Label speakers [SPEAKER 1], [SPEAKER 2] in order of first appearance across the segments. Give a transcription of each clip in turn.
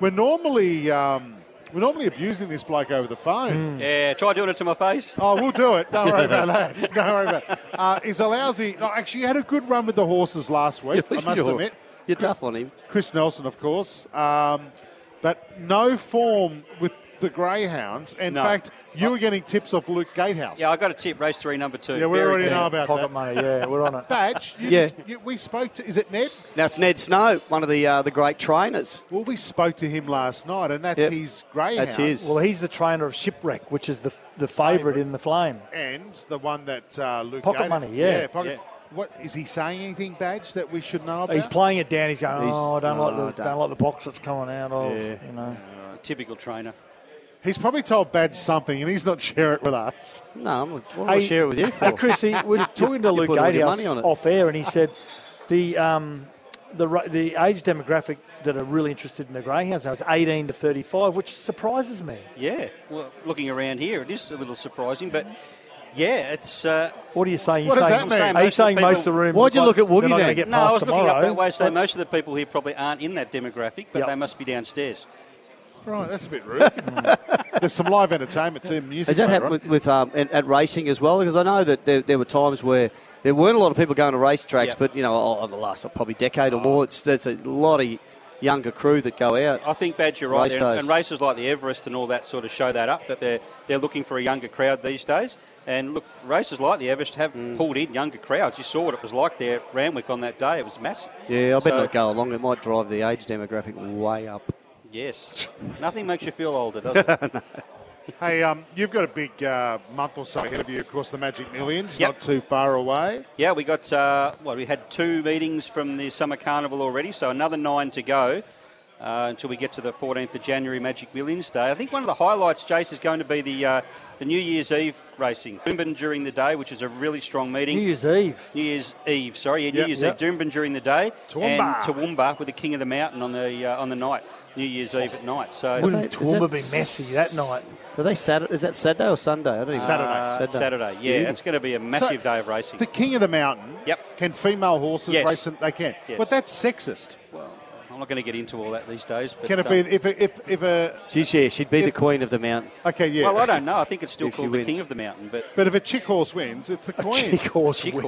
[SPEAKER 1] We're normally um, we're normally abusing this bloke over the
[SPEAKER 2] Mm.
[SPEAKER 1] phone.
[SPEAKER 3] Yeah, try doing it to my face.
[SPEAKER 1] Oh, we'll do it. Don't worry about that. Don't worry about. It. Uh, is Alowsy? No, actually, you had a good run with the horses last week. I must
[SPEAKER 2] You're-
[SPEAKER 1] admit,
[SPEAKER 2] You're tough on him.
[SPEAKER 1] Chris Nelson, of course, um, but no form with the greyhounds. In
[SPEAKER 3] No.
[SPEAKER 1] fact,
[SPEAKER 2] Oh.
[SPEAKER 1] you were getting tips off Luke Gatehouse.
[SPEAKER 3] Yeah, I got a tip. Race three, number two.
[SPEAKER 1] Yeah, we
[SPEAKER 3] Very
[SPEAKER 1] already
[SPEAKER 3] good.
[SPEAKER 1] know about
[SPEAKER 4] Pocket
[SPEAKER 1] that.
[SPEAKER 4] money, yeah, we're on it.
[SPEAKER 1] Badge, you
[SPEAKER 2] Yeah.
[SPEAKER 1] just, you, we spoke to. Is it Ned?
[SPEAKER 2] Now it's Ned Snow, one of the uh, the great trainers.
[SPEAKER 1] Well, we spoke to him last night, and that's
[SPEAKER 2] Yep.
[SPEAKER 1] his greyhound.
[SPEAKER 2] That's his.
[SPEAKER 4] Well, he's the trainer of Shipwreck, which is the the favourite in the flame.
[SPEAKER 1] and the one that uh, Luke
[SPEAKER 4] Pocket
[SPEAKER 1] Gaten-
[SPEAKER 4] money, yeah.
[SPEAKER 1] pocket. What is he saying? Anything, Badge, that we should know about?
[SPEAKER 4] He's playing it down. He's going,
[SPEAKER 2] He's-
[SPEAKER 4] oh, I don't
[SPEAKER 2] no,
[SPEAKER 4] like the
[SPEAKER 2] I don't.
[SPEAKER 4] don't. like the box that's coming out of. You know,
[SPEAKER 3] Typical trainer.
[SPEAKER 1] He's probably told Badge something, and he's not share it with us.
[SPEAKER 2] No, I'm, what do I share it with you for?
[SPEAKER 4] Hey, uh, Chrissy, we're talking to
[SPEAKER 2] You
[SPEAKER 4] Luke
[SPEAKER 2] put all your money
[SPEAKER 4] Gatehouse
[SPEAKER 2] on it.
[SPEAKER 4] off air, and he said the um, the ra- the age demographic that are really interested in the greyhounds now is 18 to 35, which surprises me.
[SPEAKER 3] Yeah. Well, looking around here, it is a little surprising, but yeah, it's. Uh,
[SPEAKER 4] What are you saying? You're
[SPEAKER 1] What does
[SPEAKER 4] saying
[SPEAKER 1] that mean?
[SPEAKER 4] Are you saying most of the room?
[SPEAKER 2] Why'd you look at Woogie
[SPEAKER 4] they're not
[SPEAKER 2] then?
[SPEAKER 4] gonna Get
[SPEAKER 3] no, I
[SPEAKER 4] past
[SPEAKER 3] was looking
[SPEAKER 4] tomorrow?
[SPEAKER 3] up that way, so
[SPEAKER 4] What-
[SPEAKER 3] most of the people here probably aren't in that demographic, but
[SPEAKER 4] Yep.
[SPEAKER 3] they must be downstairs.
[SPEAKER 1] Right, that's a bit rude. There's some live entertainment too, music.
[SPEAKER 2] Has that
[SPEAKER 1] later
[SPEAKER 2] happened
[SPEAKER 1] on.
[SPEAKER 2] with, with um, at, at racing as well? Because I know that there, there were times where there weren't a lot of people going to racetracks,
[SPEAKER 3] Yeah.
[SPEAKER 2] but you know, over the last probably decade or more, it's, it's a lot of younger crew that go out.
[SPEAKER 3] I think Badge, you're right
[SPEAKER 2] Race
[SPEAKER 3] there. And,
[SPEAKER 2] days.
[SPEAKER 3] and races like the Everest and all that sort of show that up, that they're, they're looking for a younger crowd these days. And look, races like the Everest have
[SPEAKER 2] Mm.
[SPEAKER 3] pulled in younger crowds. You saw what it was like there at Ramwick on that day. It was massive.
[SPEAKER 2] Yeah, I better
[SPEAKER 3] So-
[SPEAKER 2] not go along. It might drive the age demographic way up.
[SPEAKER 3] Yes. Nothing makes you feel older, does it?
[SPEAKER 1] Hey, um, you've got a big uh, month or so ahead of you. Of course, the Magic Millions,
[SPEAKER 3] Yep.
[SPEAKER 1] not too far away.
[SPEAKER 3] Yeah, we got uh, well. We had two meetings from the summer carnival already, so another nine to go uh, until we get to the 14th of January Magic Millions Day. I think one of the highlights, Jace, is going to be the uh, the New Year's Eve racing, Doomben during the day, which is a really strong meeting.
[SPEAKER 4] New Year's Eve.
[SPEAKER 3] New Year's Eve, sorry, yeah, New
[SPEAKER 1] Yep.
[SPEAKER 3] Year's
[SPEAKER 4] Yep.
[SPEAKER 3] Eve, Doomben during the day,
[SPEAKER 1] Toowoomba.
[SPEAKER 3] and Toowoomba with the King of the Mountain on the uh, on the night, New Year's Eve at night. So
[SPEAKER 2] Wouldn't-
[SPEAKER 4] Wouldn't
[SPEAKER 2] Is that-
[SPEAKER 4] Toowoomba be messy that night?
[SPEAKER 2] Are they Saturday? Is that Saturday or Sunday? I don't even
[SPEAKER 1] Saturday.
[SPEAKER 3] uh, Saturday, yeah, it's going to be a massive day of racing.
[SPEAKER 1] The King of the Mountain.
[SPEAKER 3] Yep.
[SPEAKER 1] Can female horses
[SPEAKER 3] Yes.
[SPEAKER 1] race? it? They can.
[SPEAKER 3] Yes.
[SPEAKER 1] But that's sexist.
[SPEAKER 3] well, I'm not going to get into all that these days. But,
[SPEAKER 1] Can it
[SPEAKER 3] uh,
[SPEAKER 1] be if if if a
[SPEAKER 2] She's, yeah, she'd be the
[SPEAKER 1] If-
[SPEAKER 2] queen of the mountain.
[SPEAKER 1] okay yeah?
[SPEAKER 3] Well, I don't know. I think it's still
[SPEAKER 2] If she
[SPEAKER 3] called the
[SPEAKER 2] wins.
[SPEAKER 3] King of the Mountain, but
[SPEAKER 1] But if a chick horse wins, it's the queen.
[SPEAKER 4] Chick horse
[SPEAKER 3] Chick horse.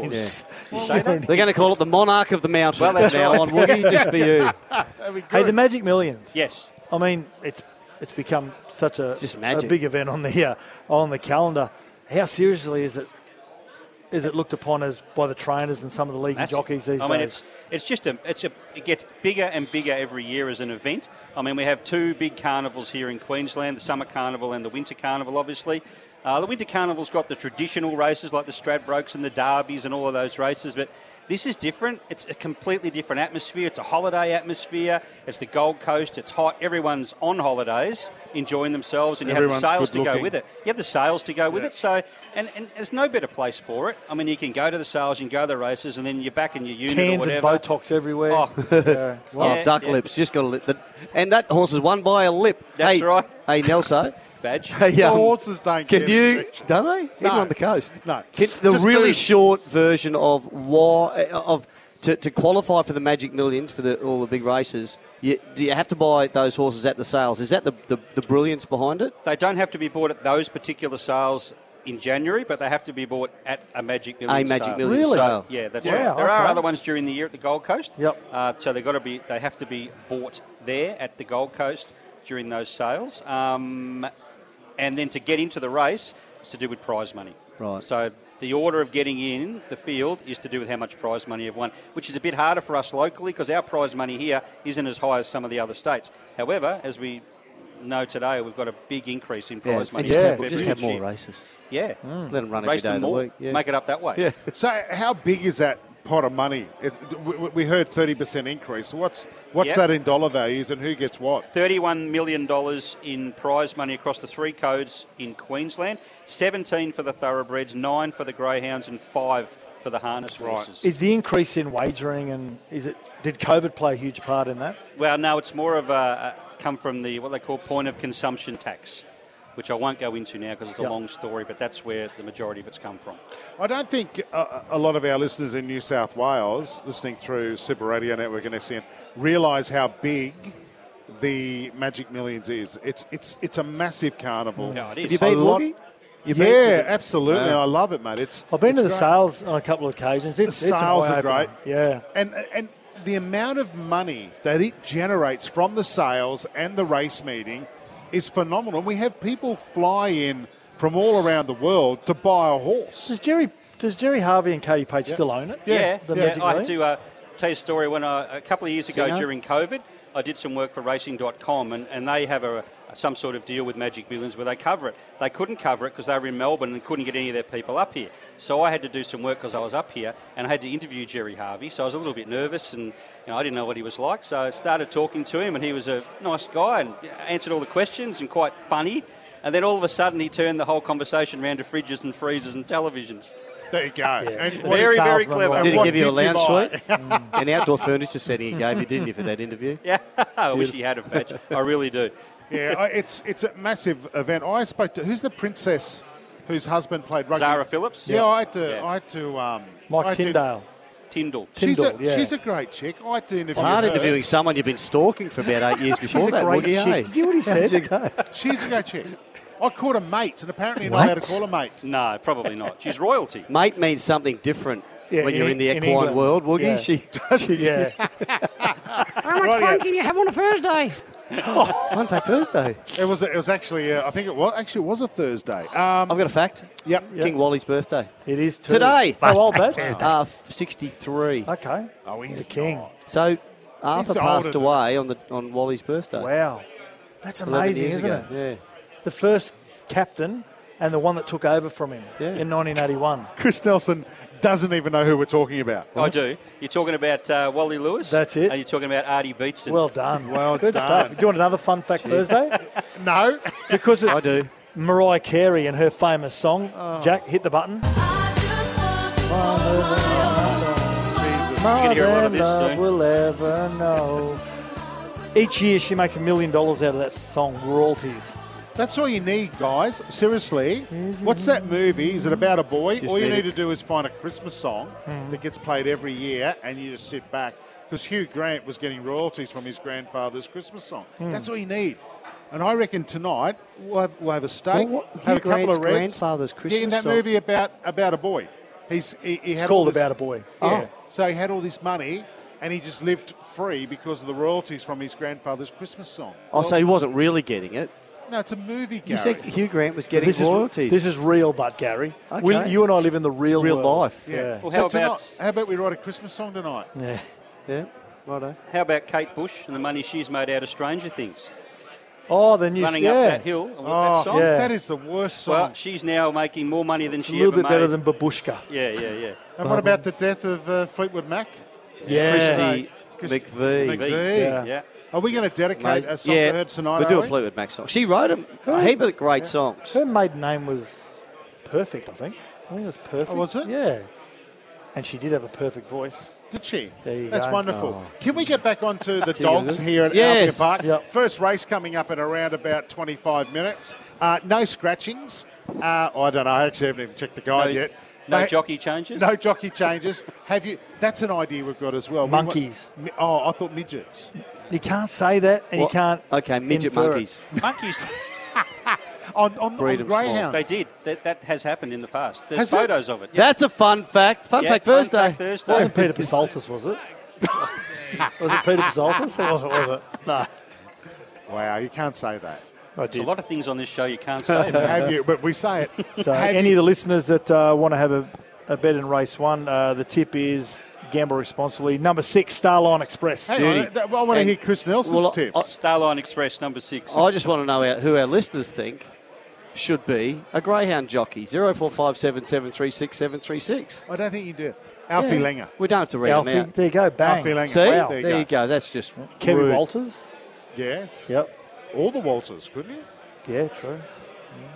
[SPEAKER 4] wins.
[SPEAKER 3] say that?
[SPEAKER 2] They're going to call it the monarch of the mountain
[SPEAKER 3] Well, that's
[SPEAKER 2] now
[SPEAKER 3] right.
[SPEAKER 2] on Woogie, just for you.
[SPEAKER 1] That'd be
[SPEAKER 4] Hey,
[SPEAKER 1] good.
[SPEAKER 4] the Magic Millions.
[SPEAKER 3] Yes.
[SPEAKER 4] I mean, it's it's become such a,
[SPEAKER 2] just
[SPEAKER 4] a
[SPEAKER 2] magic.
[SPEAKER 4] big event on the uh, on the calendar. How seriously is it is it looked upon as by the trainers and some of the league
[SPEAKER 3] Massive.
[SPEAKER 4] jockeys these
[SPEAKER 3] I
[SPEAKER 4] days?
[SPEAKER 3] mean, it's it's just a it's a it gets bigger and bigger every year as an event. I mean, we have two big carnivals here in Queensland: the Summer Carnival and the Winter Carnival. Obviously, uh, the Winter Carnival's got the traditional races like the Stradbrokes and the Derbies and all of those races, but. This is different. It's a completely different atmosphere. It's a holiday atmosphere. It's the Gold Coast. It's hot. Everyone's on holidays, enjoying themselves, and you
[SPEAKER 1] Everyone's
[SPEAKER 3] have the sales
[SPEAKER 1] good
[SPEAKER 3] to go
[SPEAKER 1] looking.
[SPEAKER 3] with it. You have the sales to go with
[SPEAKER 1] Yeah.
[SPEAKER 3] it. So, and, and there's no better place for it. I mean, you can go to the sales, you can go to the races, and then you're back in your unit or
[SPEAKER 4] Tans and
[SPEAKER 3] whatever.
[SPEAKER 4] Botox everywhere.
[SPEAKER 3] Oh.
[SPEAKER 4] Yeah.
[SPEAKER 2] Oh,
[SPEAKER 3] Yeah,
[SPEAKER 2] duck
[SPEAKER 3] yeah.
[SPEAKER 2] lips. Just got a lip. The, and that horse has won by a lip.
[SPEAKER 3] That's
[SPEAKER 2] hey,
[SPEAKER 3] right.
[SPEAKER 2] Hey, Nelson.
[SPEAKER 3] Oh, badge.
[SPEAKER 2] hey,
[SPEAKER 1] The
[SPEAKER 2] um,
[SPEAKER 1] horses don't.
[SPEAKER 2] Can
[SPEAKER 1] get
[SPEAKER 2] you?
[SPEAKER 1] it.
[SPEAKER 2] Don't they? Even
[SPEAKER 1] No.
[SPEAKER 2] on the coast?
[SPEAKER 1] No.
[SPEAKER 2] Can, the
[SPEAKER 1] Just
[SPEAKER 2] really
[SPEAKER 1] move.
[SPEAKER 2] short version of why of to, to qualify for the Magic Millions for the, all the big races. You, do you have to buy those horses at the sales? Is that the, the, the brilliance behind it?
[SPEAKER 3] They don't have to be bought at those particular sales in January, but they have to be bought at a Magic
[SPEAKER 2] A
[SPEAKER 3] Million
[SPEAKER 2] Magic
[SPEAKER 3] sale.
[SPEAKER 2] Millions
[SPEAKER 4] Really?
[SPEAKER 2] sale.
[SPEAKER 3] Yeah, that's
[SPEAKER 4] Yeah,
[SPEAKER 3] right. There are
[SPEAKER 4] okay.
[SPEAKER 3] other ones during the year at the Gold Coast.
[SPEAKER 4] Yep.
[SPEAKER 3] Uh, so they got to be. They have to be bought there at the Gold Coast during those sales. Um, and then to get into the race, it's to do with prize money.
[SPEAKER 2] Right.
[SPEAKER 3] So the order of getting in the field is to do with how much prize money you've won, which is a bit harder for us locally because our prize money here isn't as high as some of the other states. However, as we know today, we've got a big increase in
[SPEAKER 2] Yeah,
[SPEAKER 3] prize
[SPEAKER 2] and
[SPEAKER 3] money.
[SPEAKER 2] just,
[SPEAKER 3] in
[SPEAKER 2] have,
[SPEAKER 3] February
[SPEAKER 2] just have
[SPEAKER 3] this
[SPEAKER 2] more Mm.
[SPEAKER 3] year.
[SPEAKER 2] races.
[SPEAKER 3] Yeah.
[SPEAKER 2] Let them run
[SPEAKER 3] Race
[SPEAKER 2] every day
[SPEAKER 3] them
[SPEAKER 2] of the
[SPEAKER 3] more.
[SPEAKER 2] week. Yeah.
[SPEAKER 3] Make it up that way.
[SPEAKER 2] Yeah.
[SPEAKER 1] So how big is that pot of money. It's, we, we heard 30% increase. So what's what's
[SPEAKER 3] Yep.
[SPEAKER 1] that in dollar values and who gets what?
[SPEAKER 3] $31 million in prize money across the three codes in Queensland 17 for the thoroughbreds, 9 for the greyhounds, and 5 for the harness horses.
[SPEAKER 4] Is the increase in wagering and is it did COVID play a huge part in that?
[SPEAKER 3] Well, no, it's more of a, a come from the what they call point of consumption tax, which I won't go into now because it's a
[SPEAKER 4] Yep.
[SPEAKER 3] long story, but that's where the majority of it's come from.
[SPEAKER 1] I don't think a, a lot of our listeners in New South Wales, listening through Super Radio Network and SEN, realise how big the Magic Millions is. It's it's it's a massive carnival.
[SPEAKER 3] Yeah, it is.
[SPEAKER 2] Have you been
[SPEAKER 1] A lot-
[SPEAKER 2] walking? You've been to
[SPEAKER 1] Yeah,
[SPEAKER 2] the-
[SPEAKER 1] absolutely.
[SPEAKER 2] Yeah.
[SPEAKER 1] I love it, mate. It's
[SPEAKER 4] I've been
[SPEAKER 1] it's
[SPEAKER 4] to the
[SPEAKER 1] great.
[SPEAKER 4] sales on a couple of occasions. It's,
[SPEAKER 1] The
[SPEAKER 4] it's an
[SPEAKER 1] sales are
[SPEAKER 4] eye-opener.
[SPEAKER 1] great.
[SPEAKER 4] Yeah.
[SPEAKER 1] and and the amount of money that it generates from the sales and the race meeting is phenomenal. We have people fly in from all around the world to buy a horse.
[SPEAKER 4] Does Jerry does Jerry Harvey and Katie Page still own it?
[SPEAKER 3] Yeah,
[SPEAKER 4] The
[SPEAKER 3] yeah,
[SPEAKER 4] Magic
[SPEAKER 3] I had
[SPEAKER 4] Millions?
[SPEAKER 3] to uh, tell you a story. When I, a couple of years ago
[SPEAKER 2] Singer?
[SPEAKER 3] during COVID, I did some work for Racing.com, and, and they have a some sort of deal with Magic Millions where they cover it. They couldn't cover it because they were in Melbourne and couldn't get any of their people up here. So I had to do some work because I was up here, and I had to interview Jerry Harvey. So I was a little bit nervous, and you know, I didn't know what he was like. So I started talking to him, and he was a nice guy and answered all the questions and quite funny. And then all of a sudden, he turned the whole conversation around to fridges and freezers and televisions.
[SPEAKER 1] There you go. And
[SPEAKER 4] What a
[SPEAKER 3] very, very
[SPEAKER 4] salesman
[SPEAKER 3] clever.
[SPEAKER 4] was.
[SPEAKER 2] Did he
[SPEAKER 1] What
[SPEAKER 2] give you a
[SPEAKER 1] did you
[SPEAKER 2] lounge
[SPEAKER 1] buy?
[SPEAKER 2] suite? An outdoor furniture setting he gave you, didn't you, for that interview?
[SPEAKER 3] Yeah, I wish he had a patch. I really do.
[SPEAKER 1] yeah, I- it's it's a massive event. I spoke to who's the princess whose husband played rugby.
[SPEAKER 3] Zara Phillips,
[SPEAKER 1] Yeah, I had to.
[SPEAKER 3] Yeah.
[SPEAKER 1] I had to. Um, I
[SPEAKER 4] Mike
[SPEAKER 1] had to-
[SPEAKER 4] Tyndale.
[SPEAKER 3] Tyndall.
[SPEAKER 1] she's a
[SPEAKER 4] Tyndall, yeah.
[SPEAKER 1] she's a great chick. I had to interview.
[SPEAKER 2] It's hard
[SPEAKER 1] her.
[SPEAKER 2] interviewing someone you've been stalking for about eight years before that, Woogie, hey?
[SPEAKER 4] Did you hear what he said?
[SPEAKER 1] She's a great chick. I called her mates, and apparently you're not allowed to call her mates.
[SPEAKER 3] No, probably not. She's royalty.
[SPEAKER 2] Mate means something different
[SPEAKER 4] Yeah,
[SPEAKER 2] when
[SPEAKER 4] in-
[SPEAKER 2] you're in the
[SPEAKER 4] in
[SPEAKER 2] equine
[SPEAKER 4] England.
[SPEAKER 2] world, Woogie.
[SPEAKER 4] Yeah.
[SPEAKER 2] She,
[SPEAKER 4] yeah.
[SPEAKER 5] How much fun can you have on a Thursday?
[SPEAKER 2] one day Thursday.
[SPEAKER 1] It was it was actually uh, I think it was actually it was a Thursday. Um,
[SPEAKER 2] I've got a fact.
[SPEAKER 1] yep.
[SPEAKER 2] King Wally's birthday.
[SPEAKER 4] It is too.
[SPEAKER 2] Today.
[SPEAKER 4] How old that?
[SPEAKER 2] Uh, 63.
[SPEAKER 4] Okay.
[SPEAKER 1] Oh, he's
[SPEAKER 4] The king.
[SPEAKER 1] not.
[SPEAKER 2] So Arthur
[SPEAKER 1] He's older
[SPEAKER 2] passed
[SPEAKER 1] than-
[SPEAKER 2] away on the on Wally's birthday.
[SPEAKER 4] Wow. That's
[SPEAKER 2] 11
[SPEAKER 4] amazing,
[SPEAKER 2] years
[SPEAKER 4] isn't
[SPEAKER 2] ago.
[SPEAKER 4] it?
[SPEAKER 2] Yeah.
[SPEAKER 4] The first captain and the one that took over from him
[SPEAKER 2] Yeah.
[SPEAKER 4] in 1981.
[SPEAKER 1] Chris Nelson doesn't even know who we're talking about.
[SPEAKER 3] I do. You're talking about uh, Wally Lewis.
[SPEAKER 4] That's it.
[SPEAKER 3] And you're talking about Artie Beetson.
[SPEAKER 4] Well done.
[SPEAKER 1] Well
[SPEAKER 4] Good
[SPEAKER 1] done.
[SPEAKER 4] stuff. Do you want another fun fact Thursday?
[SPEAKER 1] No,
[SPEAKER 4] Because it's
[SPEAKER 2] I do.
[SPEAKER 4] Mariah Carey and her famous song,
[SPEAKER 1] Oh.
[SPEAKER 4] Jack, hit the button.
[SPEAKER 3] gonna
[SPEAKER 4] More
[SPEAKER 3] hear a lot of
[SPEAKER 4] than
[SPEAKER 3] this
[SPEAKER 4] love
[SPEAKER 3] soon.
[SPEAKER 4] will ever know. Each year she makes a million dollars out of that song, royalties.
[SPEAKER 1] that's all you need, guys. Seriously, what's that movie? Is it about a boy?
[SPEAKER 2] Just
[SPEAKER 1] all you
[SPEAKER 2] need
[SPEAKER 1] need
[SPEAKER 2] it.
[SPEAKER 1] to do is find a Christmas song that gets played every year, and you just sit back because Hugh Grant was getting royalties from his grandfather's Christmas song.
[SPEAKER 2] Hmm.
[SPEAKER 1] That's all you need. And I reckon tonight we'll have, we'll have a steak,
[SPEAKER 2] Well, what- Hugh
[SPEAKER 1] have a couple
[SPEAKER 2] Grant's
[SPEAKER 1] of reds.
[SPEAKER 2] grandfather's
[SPEAKER 1] Yeah, in
[SPEAKER 2] Christmas
[SPEAKER 1] that
[SPEAKER 2] song.
[SPEAKER 1] movie about about a boy. He's he, he
[SPEAKER 4] It's
[SPEAKER 1] had all
[SPEAKER 4] called
[SPEAKER 1] this-
[SPEAKER 4] About a Boy.
[SPEAKER 1] Yeah. So he had all this money and he just lived free because of the royalties from his grandfather's Christmas song.
[SPEAKER 2] Oh, so he wasn't really getting it.
[SPEAKER 1] No, it's a movie, Gary.
[SPEAKER 2] You said Hugh Grant was getting
[SPEAKER 4] This
[SPEAKER 2] royalties.
[SPEAKER 4] is, this is real, but Gary.
[SPEAKER 2] Okay.
[SPEAKER 4] We- you and I live in the real,
[SPEAKER 2] Real
[SPEAKER 4] world.
[SPEAKER 2] life.
[SPEAKER 1] yeah.
[SPEAKER 3] Well,
[SPEAKER 1] so
[SPEAKER 3] how
[SPEAKER 1] tonight-
[SPEAKER 3] about-
[SPEAKER 1] how about we write a Christmas song tonight?
[SPEAKER 4] Yeah.
[SPEAKER 2] yeah. Righto.
[SPEAKER 3] How about Kate Bush and the money she's made out of Stranger Things?
[SPEAKER 4] Oh, the new
[SPEAKER 3] Running
[SPEAKER 4] yeah. Oh,
[SPEAKER 3] up that hill. and that song.
[SPEAKER 4] yeah.
[SPEAKER 1] Oh, That is the worst song.
[SPEAKER 3] Well, she's now making more money than
[SPEAKER 4] It's a
[SPEAKER 3] she
[SPEAKER 4] little
[SPEAKER 3] ever
[SPEAKER 4] bit better
[SPEAKER 3] made.
[SPEAKER 4] than Babushka.
[SPEAKER 3] Yeah, yeah, yeah.
[SPEAKER 1] and what about the death of uh, Fleetwood Mac?
[SPEAKER 4] Yeah.
[SPEAKER 2] Christy
[SPEAKER 1] Christy
[SPEAKER 2] McVie.
[SPEAKER 1] McVie.
[SPEAKER 4] Yeah.
[SPEAKER 3] Yeah.
[SPEAKER 1] Are we going to dedicate
[SPEAKER 2] Amazing.
[SPEAKER 1] a song to her tonight?
[SPEAKER 2] we'll
[SPEAKER 1] are
[SPEAKER 2] do a
[SPEAKER 1] we?
[SPEAKER 2] Fleetwood Mac song. She wrote a, a heap of great songs.
[SPEAKER 4] Her maiden name was Perfect, I think. I think it was Perfect.
[SPEAKER 1] Oh, was it?
[SPEAKER 4] Yeah. And she did have a perfect voice.
[SPEAKER 1] Did she?
[SPEAKER 4] There you
[SPEAKER 1] That's
[SPEAKER 4] go.
[SPEAKER 1] wonderful. Can we get back onto the
[SPEAKER 2] you Oh. go,
[SPEAKER 1] dogs
[SPEAKER 2] good.
[SPEAKER 1] here at
[SPEAKER 2] Yes.
[SPEAKER 1] Albion Park?
[SPEAKER 4] Yep.
[SPEAKER 1] First race coming up in around about 25 minutes. Uh, no scratchings. Uh, I don't know. I actually haven't even checked the guide
[SPEAKER 3] No-
[SPEAKER 1] yet.
[SPEAKER 3] no
[SPEAKER 1] Mate,
[SPEAKER 3] jockey changes?
[SPEAKER 1] No jockey changes. Have you? That's an idea we've got as well. We want-
[SPEAKER 4] Monkeys.
[SPEAKER 1] mi- oh, I thought midgets.
[SPEAKER 4] You can't say that, and
[SPEAKER 2] What-
[SPEAKER 4] you can't.
[SPEAKER 2] Okay, midget
[SPEAKER 4] infer it.
[SPEAKER 2] monkeys.
[SPEAKER 3] Monkeys,
[SPEAKER 1] On, on, on
[SPEAKER 2] Breed 'em small.
[SPEAKER 1] greyhounds.
[SPEAKER 3] they did. That, that has happened in the past. There's
[SPEAKER 1] Has it?
[SPEAKER 3] photos of it. Yeah.
[SPEAKER 2] That's a fun fact. Fun
[SPEAKER 3] Yeah,
[SPEAKER 2] fact
[SPEAKER 3] Fun
[SPEAKER 2] Thursday.
[SPEAKER 3] Fact Thursday.
[SPEAKER 4] It wasn't Peter Basaltis, was it? was it Peter Basaltis? It wasn't, was it? No.
[SPEAKER 1] Wow, you can't say that.
[SPEAKER 4] I
[SPEAKER 3] There's
[SPEAKER 4] did.
[SPEAKER 3] a lot of things on this show you can't say. man.
[SPEAKER 1] Have you? But we say it.
[SPEAKER 4] So,
[SPEAKER 1] Have
[SPEAKER 4] any
[SPEAKER 1] you-
[SPEAKER 4] of the listeners that uh, want to have a, a bet in race one, uh, the tip is gamble responsibly. Number six, Starline Express.
[SPEAKER 1] Hang on,
[SPEAKER 2] Judy.
[SPEAKER 1] that- I want to
[SPEAKER 2] And-
[SPEAKER 1] hear Chris Nelson's
[SPEAKER 2] Well, I-
[SPEAKER 1] tips.
[SPEAKER 2] I-
[SPEAKER 3] Uh, Starline Express number six.
[SPEAKER 2] I just want to know who our listeners think should be a greyhound jockey. Zero four five seven seven three six seven three six.
[SPEAKER 1] I don't think you do. Alfie Langer.
[SPEAKER 2] We don't have to read
[SPEAKER 4] Alfie,
[SPEAKER 2] them out.
[SPEAKER 4] there you go, bang.
[SPEAKER 1] Alfie Langer.
[SPEAKER 2] See?
[SPEAKER 1] Wow.
[SPEAKER 2] There, you, go. That's just.
[SPEAKER 4] Kevin
[SPEAKER 1] Rude.
[SPEAKER 4] Walters.
[SPEAKER 1] Yes.
[SPEAKER 4] Yep.
[SPEAKER 1] All the Walters, couldn't you?
[SPEAKER 4] Yeah, true.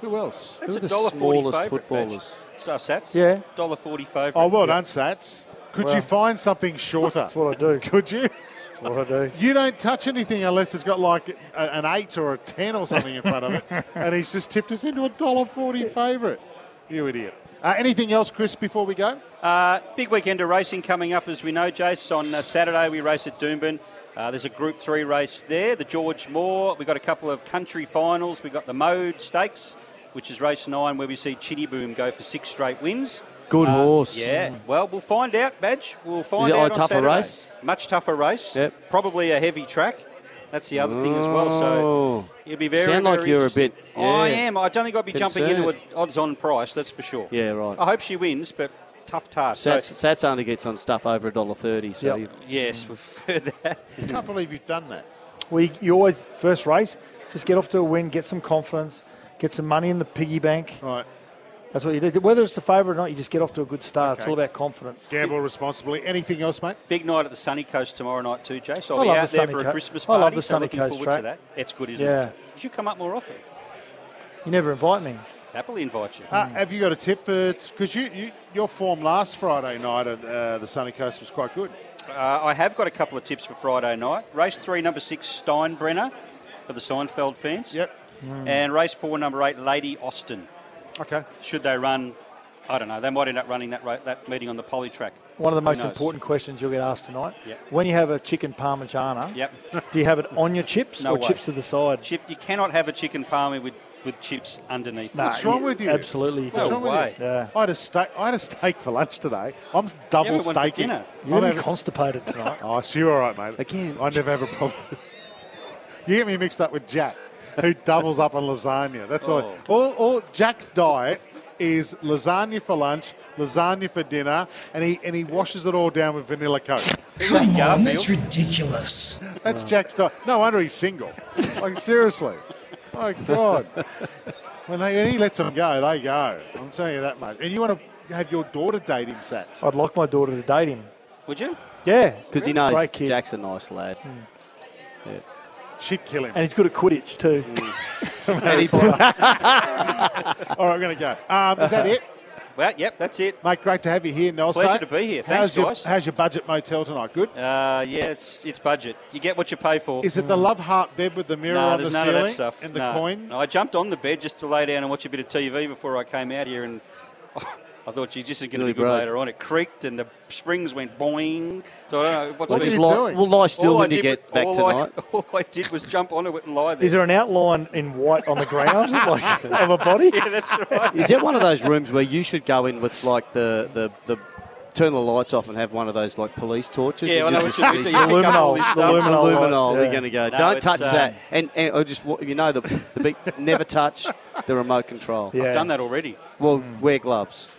[SPEAKER 1] Who else?
[SPEAKER 3] That's
[SPEAKER 2] Who are the
[SPEAKER 3] a dollar
[SPEAKER 2] smallest
[SPEAKER 3] forty
[SPEAKER 2] footballers?
[SPEAKER 3] So Sats.
[SPEAKER 4] Yeah.
[SPEAKER 3] Dollar forty favourite.
[SPEAKER 1] Oh, well done, Sats. Could you
[SPEAKER 4] Well.
[SPEAKER 1] find something shorter?
[SPEAKER 4] That's what I do.
[SPEAKER 1] Could you?
[SPEAKER 4] That's what I do.
[SPEAKER 1] You don't touch anything unless it's got like a, an eight or a ten or something in front of it, and he's just tipped us into a dollar forty favourite. You idiot. Uh, anything else, Chris? Before we go,
[SPEAKER 3] Uh, big weekend of racing coming up, as we know, Jace. On uh, Saturday, we race at Doomben. Uh, there's a Group 3 race there, the George Moore. We've got a couple of country finals. We've got the Mode Stakes, which is race 9, where we see Chitty Boom go for six straight wins.
[SPEAKER 2] Good horse.
[SPEAKER 3] Yeah, well, we'll find out, Badge. We'll find
[SPEAKER 2] it
[SPEAKER 3] out.
[SPEAKER 2] a
[SPEAKER 3] on
[SPEAKER 2] tougher
[SPEAKER 3] Saturday.
[SPEAKER 2] race?
[SPEAKER 3] Much tougher race.
[SPEAKER 2] Yep.
[SPEAKER 3] Probably a heavy track. That's the other thing as well. So
[SPEAKER 2] Oh.
[SPEAKER 3] it'll be very.
[SPEAKER 2] Sound like
[SPEAKER 3] very
[SPEAKER 2] you're a
[SPEAKER 3] interesting.
[SPEAKER 2] bit-
[SPEAKER 3] I
[SPEAKER 2] yeah.
[SPEAKER 3] am. I don't think I'd be jumping into
[SPEAKER 2] Concerned.
[SPEAKER 3] an odds-on price. That's for sure.
[SPEAKER 2] Yeah, right.
[SPEAKER 3] I hope she wins, but tough task. So-
[SPEAKER 2] Sats, Sats only gets on stuff over $1.30. So
[SPEAKER 4] Yep.
[SPEAKER 2] you-
[SPEAKER 3] Yes, we've heard that.
[SPEAKER 1] I can't believe you've done that.
[SPEAKER 4] We, you always, first race, just get off to a win, get some confidence, get some money in the piggy bank.
[SPEAKER 1] Right,
[SPEAKER 4] That's what you do. Whether it's the favourite or not, you just get off to a good start. It's
[SPEAKER 1] Okay.
[SPEAKER 4] all about confidence.
[SPEAKER 1] gamble responsibly. Anything else, mate?
[SPEAKER 3] Big night at the sunny coast tomorrow night too, Jay. So I'll
[SPEAKER 4] I
[SPEAKER 3] be
[SPEAKER 4] love
[SPEAKER 3] out
[SPEAKER 4] the
[SPEAKER 3] there
[SPEAKER 4] Sunny
[SPEAKER 3] for a
[SPEAKER 4] Coast.
[SPEAKER 3] Christmas
[SPEAKER 4] I love
[SPEAKER 3] party.
[SPEAKER 4] the
[SPEAKER 3] so
[SPEAKER 4] Sunny
[SPEAKER 3] looking
[SPEAKER 4] Coast
[SPEAKER 3] forward to
[SPEAKER 4] track.
[SPEAKER 3] that. It's good, isn't
[SPEAKER 4] Yeah.
[SPEAKER 3] it? You should come up more often.
[SPEAKER 4] You never invite me.
[SPEAKER 3] Happily invite you.
[SPEAKER 1] Uh, have you got a tip for? Because you, you, your form last Friday night at uh, the Sunny Coast was quite good.
[SPEAKER 3] Uh, I have got a couple of tips for Friday night. Race three, number six, Steinbrenner for the Seinfeld fans. Mm.
[SPEAKER 1] Yep.
[SPEAKER 3] And race four, number eight, Lady Austin.
[SPEAKER 1] Okay.
[SPEAKER 3] Should they run? I don't know. They might end up running that ra- that meeting on the poly track.
[SPEAKER 4] One of the most
[SPEAKER 3] knows?
[SPEAKER 4] important questions you'll get asked tonight.
[SPEAKER 3] Yep.
[SPEAKER 4] When you have a chicken parmigiana,
[SPEAKER 3] Yep.
[SPEAKER 4] do you have it on your chips
[SPEAKER 3] No
[SPEAKER 4] or
[SPEAKER 3] way.
[SPEAKER 4] chips to the side?
[SPEAKER 3] Chip, you cannot have a chicken parma with, with chips underneath.
[SPEAKER 4] No,
[SPEAKER 1] What's wrong with you?
[SPEAKER 4] Absolutely.
[SPEAKER 1] What's
[SPEAKER 3] No
[SPEAKER 1] wrong
[SPEAKER 3] way.
[SPEAKER 1] with you?
[SPEAKER 4] Yeah.
[SPEAKER 1] I had a steak. I had a steak for lunch today. I'm double
[SPEAKER 3] Yeah, we went for
[SPEAKER 1] staking.
[SPEAKER 3] dinner.
[SPEAKER 1] I'm
[SPEAKER 4] You're going to
[SPEAKER 1] having-
[SPEAKER 4] be constipated tonight.
[SPEAKER 1] Oh, so you're all right, mate.
[SPEAKER 2] Again.
[SPEAKER 1] I never have a problem. you get me mixed up with Jack, who doubles up on lasagna. That's all.
[SPEAKER 3] Oh.
[SPEAKER 1] all. All Jack's diet is lasagna for lunch, lasagna for dinner, and he and he washes it all down with vanilla coke.
[SPEAKER 6] Come on, that's ridiculous.
[SPEAKER 1] That's Jack's diet. No wonder he's single. Like seriously. My God. When, they, when he lets them go, they go. I'm telling you that, mate. And you want to have your daughter date him, Sats?
[SPEAKER 4] I'd like my daughter to date him.
[SPEAKER 3] Would you?
[SPEAKER 4] Yeah.
[SPEAKER 2] Because he knows
[SPEAKER 4] Great kid.
[SPEAKER 2] Jack's a nice lad.
[SPEAKER 1] She'd kill him.
[SPEAKER 4] And he's good at Quidditch too.
[SPEAKER 3] Mm.
[SPEAKER 2] And he-
[SPEAKER 1] All right, I'm going to go. Um, is that it?
[SPEAKER 3] Well, yep, that's it.
[SPEAKER 1] Mate, great to have you here, Nelson.
[SPEAKER 3] Pleasure to be here. Thanks,
[SPEAKER 1] how's your,
[SPEAKER 3] guys.
[SPEAKER 1] How's your budget motel tonight? Good?
[SPEAKER 3] Uh, yeah, it's it's budget. You get what you pay for.
[SPEAKER 1] Is it the love heart bed with the mirror
[SPEAKER 3] no,
[SPEAKER 1] on the
[SPEAKER 3] there's none
[SPEAKER 1] ceiling
[SPEAKER 3] of that stuff.
[SPEAKER 1] and the
[SPEAKER 3] No.
[SPEAKER 1] coin?
[SPEAKER 3] No, I jumped on the bed just to lay down and watch a bit of TV before I came out here, and I thought, geez, this is going to
[SPEAKER 2] Really
[SPEAKER 3] be good
[SPEAKER 2] broke.
[SPEAKER 3] later on. It creaked and the springs went boing. So I don't know
[SPEAKER 1] What
[SPEAKER 3] what's
[SPEAKER 2] Well,
[SPEAKER 3] the-
[SPEAKER 1] are
[SPEAKER 2] just
[SPEAKER 1] you
[SPEAKER 2] lie,
[SPEAKER 1] doing?
[SPEAKER 2] well, lie still
[SPEAKER 3] all I
[SPEAKER 2] when you
[SPEAKER 3] did
[SPEAKER 2] get
[SPEAKER 3] was-
[SPEAKER 2] back
[SPEAKER 3] all
[SPEAKER 2] tonight.
[SPEAKER 3] I, all I did was jump onto it and lie there.
[SPEAKER 4] Is there an outline in white on the ground like, of a body?
[SPEAKER 3] yeah, that's right.
[SPEAKER 2] Is that one of those rooms where you should go in with like the, the, the turn the lilights off and have one of those like police torches?
[SPEAKER 3] Yeah, I
[SPEAKER 2] and
[SPEAKER 3] know
[SPEAKER 2] you
[SPEAKER 3] what
[SPEAKER 2] just
[SPEAKER 3] you mean. So
[SPEAKER 2] see
[SPEAKER 3] you pick up all this
[SPEAKER 4] Luminol,
[SPEAKER 3] stuff.
[SPEAKER 4] the luminol.
[SPEAKER 2] luminol,
[SPEAKER 4] light,
[SPEAKER 2] they're
[SPEAKER 4] yeah.
[SPEAKER 2] going to go.
[SPEAKER 3] No,
[SPEAKER 2] Don't
[SPEAKER 3] it's,
[SPEAKER 2] touch
[SPEAKER 3] uh,
[SPEAKER 2] that. And and I just want- you know the, the big never touch the remote control.
[SPEAKER 4] Yeah.
[SPEAKER 3] I've done that already.
[SPEAKER 2] Well, wear gloves.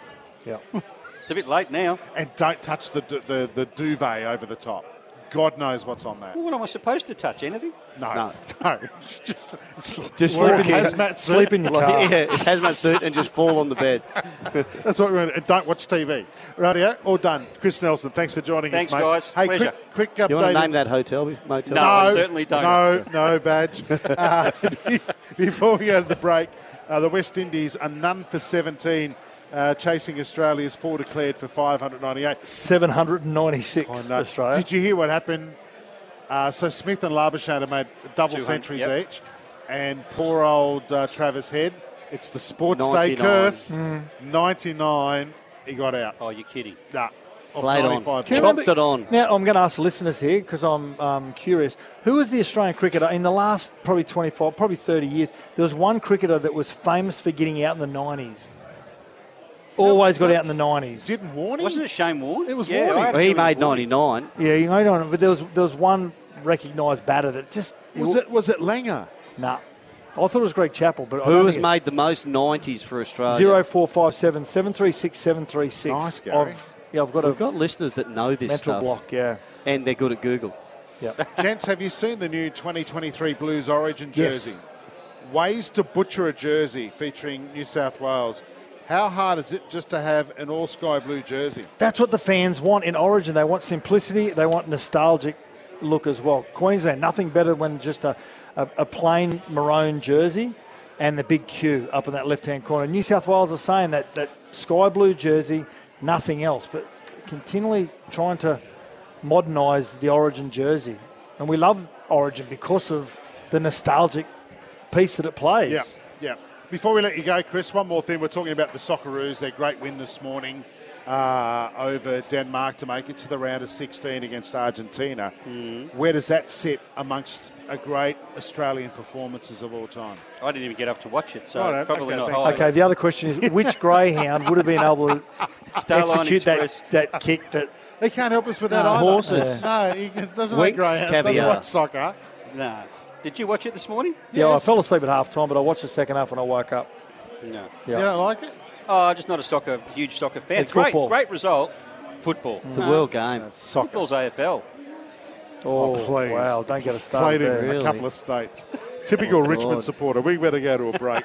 [SPEAKER 4] Yeah.
[SPEAKER 3] It's a bit late now.
[SPEAKER 1] And don't touch the, du- the, the duvet over the top. God knows what's on that.
[SPEAKER 3] Well, what am I supposed to touch? Anything?
[SPEAKER 1] No. No.
[SPEAKER 2] No.
[SPEAKER 1] just
[SPEAKER 2] Just
[SPEAKER 1] wear a
[SPEAKER 2] sleep in-
[SPEAKER 1] hazmat suit.
[SPEAKER 4] Sleep in your car.
[SPEAKER 2] Yeah, it's hazmat suit and just fall on the bed.
[SPEAKER 1] That's what we're going to And don't watch TV. Radio, all done. Chris Nelson, thanks for joining
[SPEAKER 3] Thanks,
[SPEAKER 1] us, mate.
[SPEAKER 3] guys.
[SPEAKER 1] Hey,
[SPEAKER 3] Pleasure.
[SPEAKER 1] quick, quick update.
[SPEAKER 2] You want to name that hotel bef- motel?
[SPEAKER 3] No,
[SPEAKER 1] No,
[SPEAKER 3] I certainly don't.
[SPEAKER 1] No, no badge. Uh, before we go to the break, uh, the West Indies are none for 17, uh, chasing Australia's four declared for 598.
[SPEAKER 3] Oh,
[SPEAKER 4] 796
[SPEAKER 1] I know.
[SPEAKER 4] Australia.
[SPEAKER 1] uh, Did you hear what happened? Uh, so Smith and Labuschagne have made double
[SPEAKER 3] 200,
[SPEAKER 1] centuries
[SPEAKER 3] yep.
[SPEAKER 1] each, and poor old uh, Travis Head. It's the Sports Day
[SPEAKER 2] 99.
[SPEAKER 1] curse.
[SPEAKER 2] Mm.
[SPEAKER 1] 99, he got out.
[SPEAKER 3] Oh, you're kidding.
[SPEAKER 1] Nah, off
[SPEAKER 2] Played on.
[SPEAKER 1] 95.
[SPEAKER 4] Can you
[SPEAKER 2] Chomped it on.
[SPEAKER 4] Now, I'm going to ask the listeners here because I'm um, curious. Who was the Australian cricketer in the last probably 25, probably 30 years? There was one cricketer that was famous for getting out in the 90s. Always got out in the 90s.
[SPEAKER 1] Didn't Warney?
[SPEAKER 3] Wasn't it Shane Warne?
[SPEAKER 1] It was
[SPEAKER 3] yeah,
[SPEAKER 1] Warne.
[SPEAKER 3] I had
[SPEAKER 2] Well,
[SPEAKER 3] a
[SPEAKER 2] he
[SPEAKER 3] feeling
[SPEAKER 2] made
[SPEAKER 3] it was Warne.
[SPEAKER 2] 99.
[SPEAKER 4] Yeah, you know, you don't- but there was, there was one recognised batter that just.
[SPEAKER 1] Was it, was it Langer?
[SPEAKER 4] Nah. I thought it was Greg Chappell, but I
[SPEAKER 2] Who
[SPEAKER 4] don't
[SPEAKER 2] has
[SPEAKER 4] think it-
[SPEAKER 2] made the most 90s for Australia?
[SPEAKER 4] Zero four five seven seven three six seven three six.
[SPEAKER 1] Nice, Gary.
[SPEAKER 4] I've, yeah, I've got a
[SPEAKER 2] We've got listeners that know this
[SPEAKER 4] mental
[SPEAKER 2] stuff,
[SPEAKER 4] block. Yeah,
[SPEAKER 2] and they're good at Google.
[SPEAKER 4] yeah.
[SPEAKER 1] Gents, have you seen the new 2023 Blues Origin
[SPEAKER 4] Yes.
[SPEAKER 1] jersey? Ways to butcher a jersey featuring New South Wales. How hard is it just to have an all sky blue jersey?
[SPEAKER 4] That's what the fans want in Origin. They want simplicity. They want nostalgic look as well. Queensland, nothing better than just a, a, a plain maroon jersey and the big Q up in that left-hand corner. New South Wales are saying that that sky blue jersey, nothing else, but continually trying to modernise the Origin jersey. And we love Origin because of the nostalgic piece that it plays.
[SPEAKER 1] Yeah, yeah. Before we let you go, Chris, one more thing. We're talking about the Socceroos, their great win this morning uh, over Denmark to make it to the round of 16 against Argentina. Where does that sit amongst a great Australian performances of all time?
[SPEAKER 3] I didn't even get up to watch it, so
[SPEAKER 1] All right,
[SPEAKER 3] probably
[SPEAKER 1] okay,
[SPEAKER 3] not
[SPEAKER 1] thanks.
[SPEAKER 3] high.
[SPEAKER 4] Okay, the other question is which greyhound would have been able to
[SPEAKER 3] Starline
[SPEAKER 4] execute that,
[SPEAKER 3] Express.
[SPEAKER 4] that kick that
[SPEAKER 1] They can't help us with that either.
[SPEAKER 2] horses.
[SPEAKER 1] No, he doesn't like
[SPEAKER 2] Winks,
[SPEAKER 1] greyhounds, doesn't
[SPEAKER 2] caviar.
[SPEAKER 1] like soccer.
[SPEAKER 3] No. Did you watch it this morning?
[SPEAKER 4] Yeah, I
[SPEAKER 1] Yes.
[SPEAKER 4] fell asleep at half time, but I watched the second half when I woke up.
[SPEAKER 3] No.
[SPEAKER 4] Yeah.
[SPEAKER 1] You don't like it?
[SPEAKER 3] Oh, just not a soccer huge soccer fan.
[SPEAKER 4] It's
[SPEAKER 3] great,
[SPEAKER 4] football.
[SPEAKER 3] great result. Football.
[SPEAKER 2] The world game.
[SPEAKER 1] Soccer.
[SPEAKER 3] Football's AFL.
[SPEAKER 4] Oh,
[SPEAKER 1] please.
[SPEAKER 4] wow, don't get us started
[SPEAKER 1] Played in
[SPEAKER 4] there.
[SPEAKER 1] a
[SPEAKER 2] Really?
[SPEAKER 1] couple of states. Typical
[SPEAKER 2] Oh,
[SPEAKER 1] Richmond
[SPEAKER 2] God.
[SPEAKER 1] supporter. We better go to a break.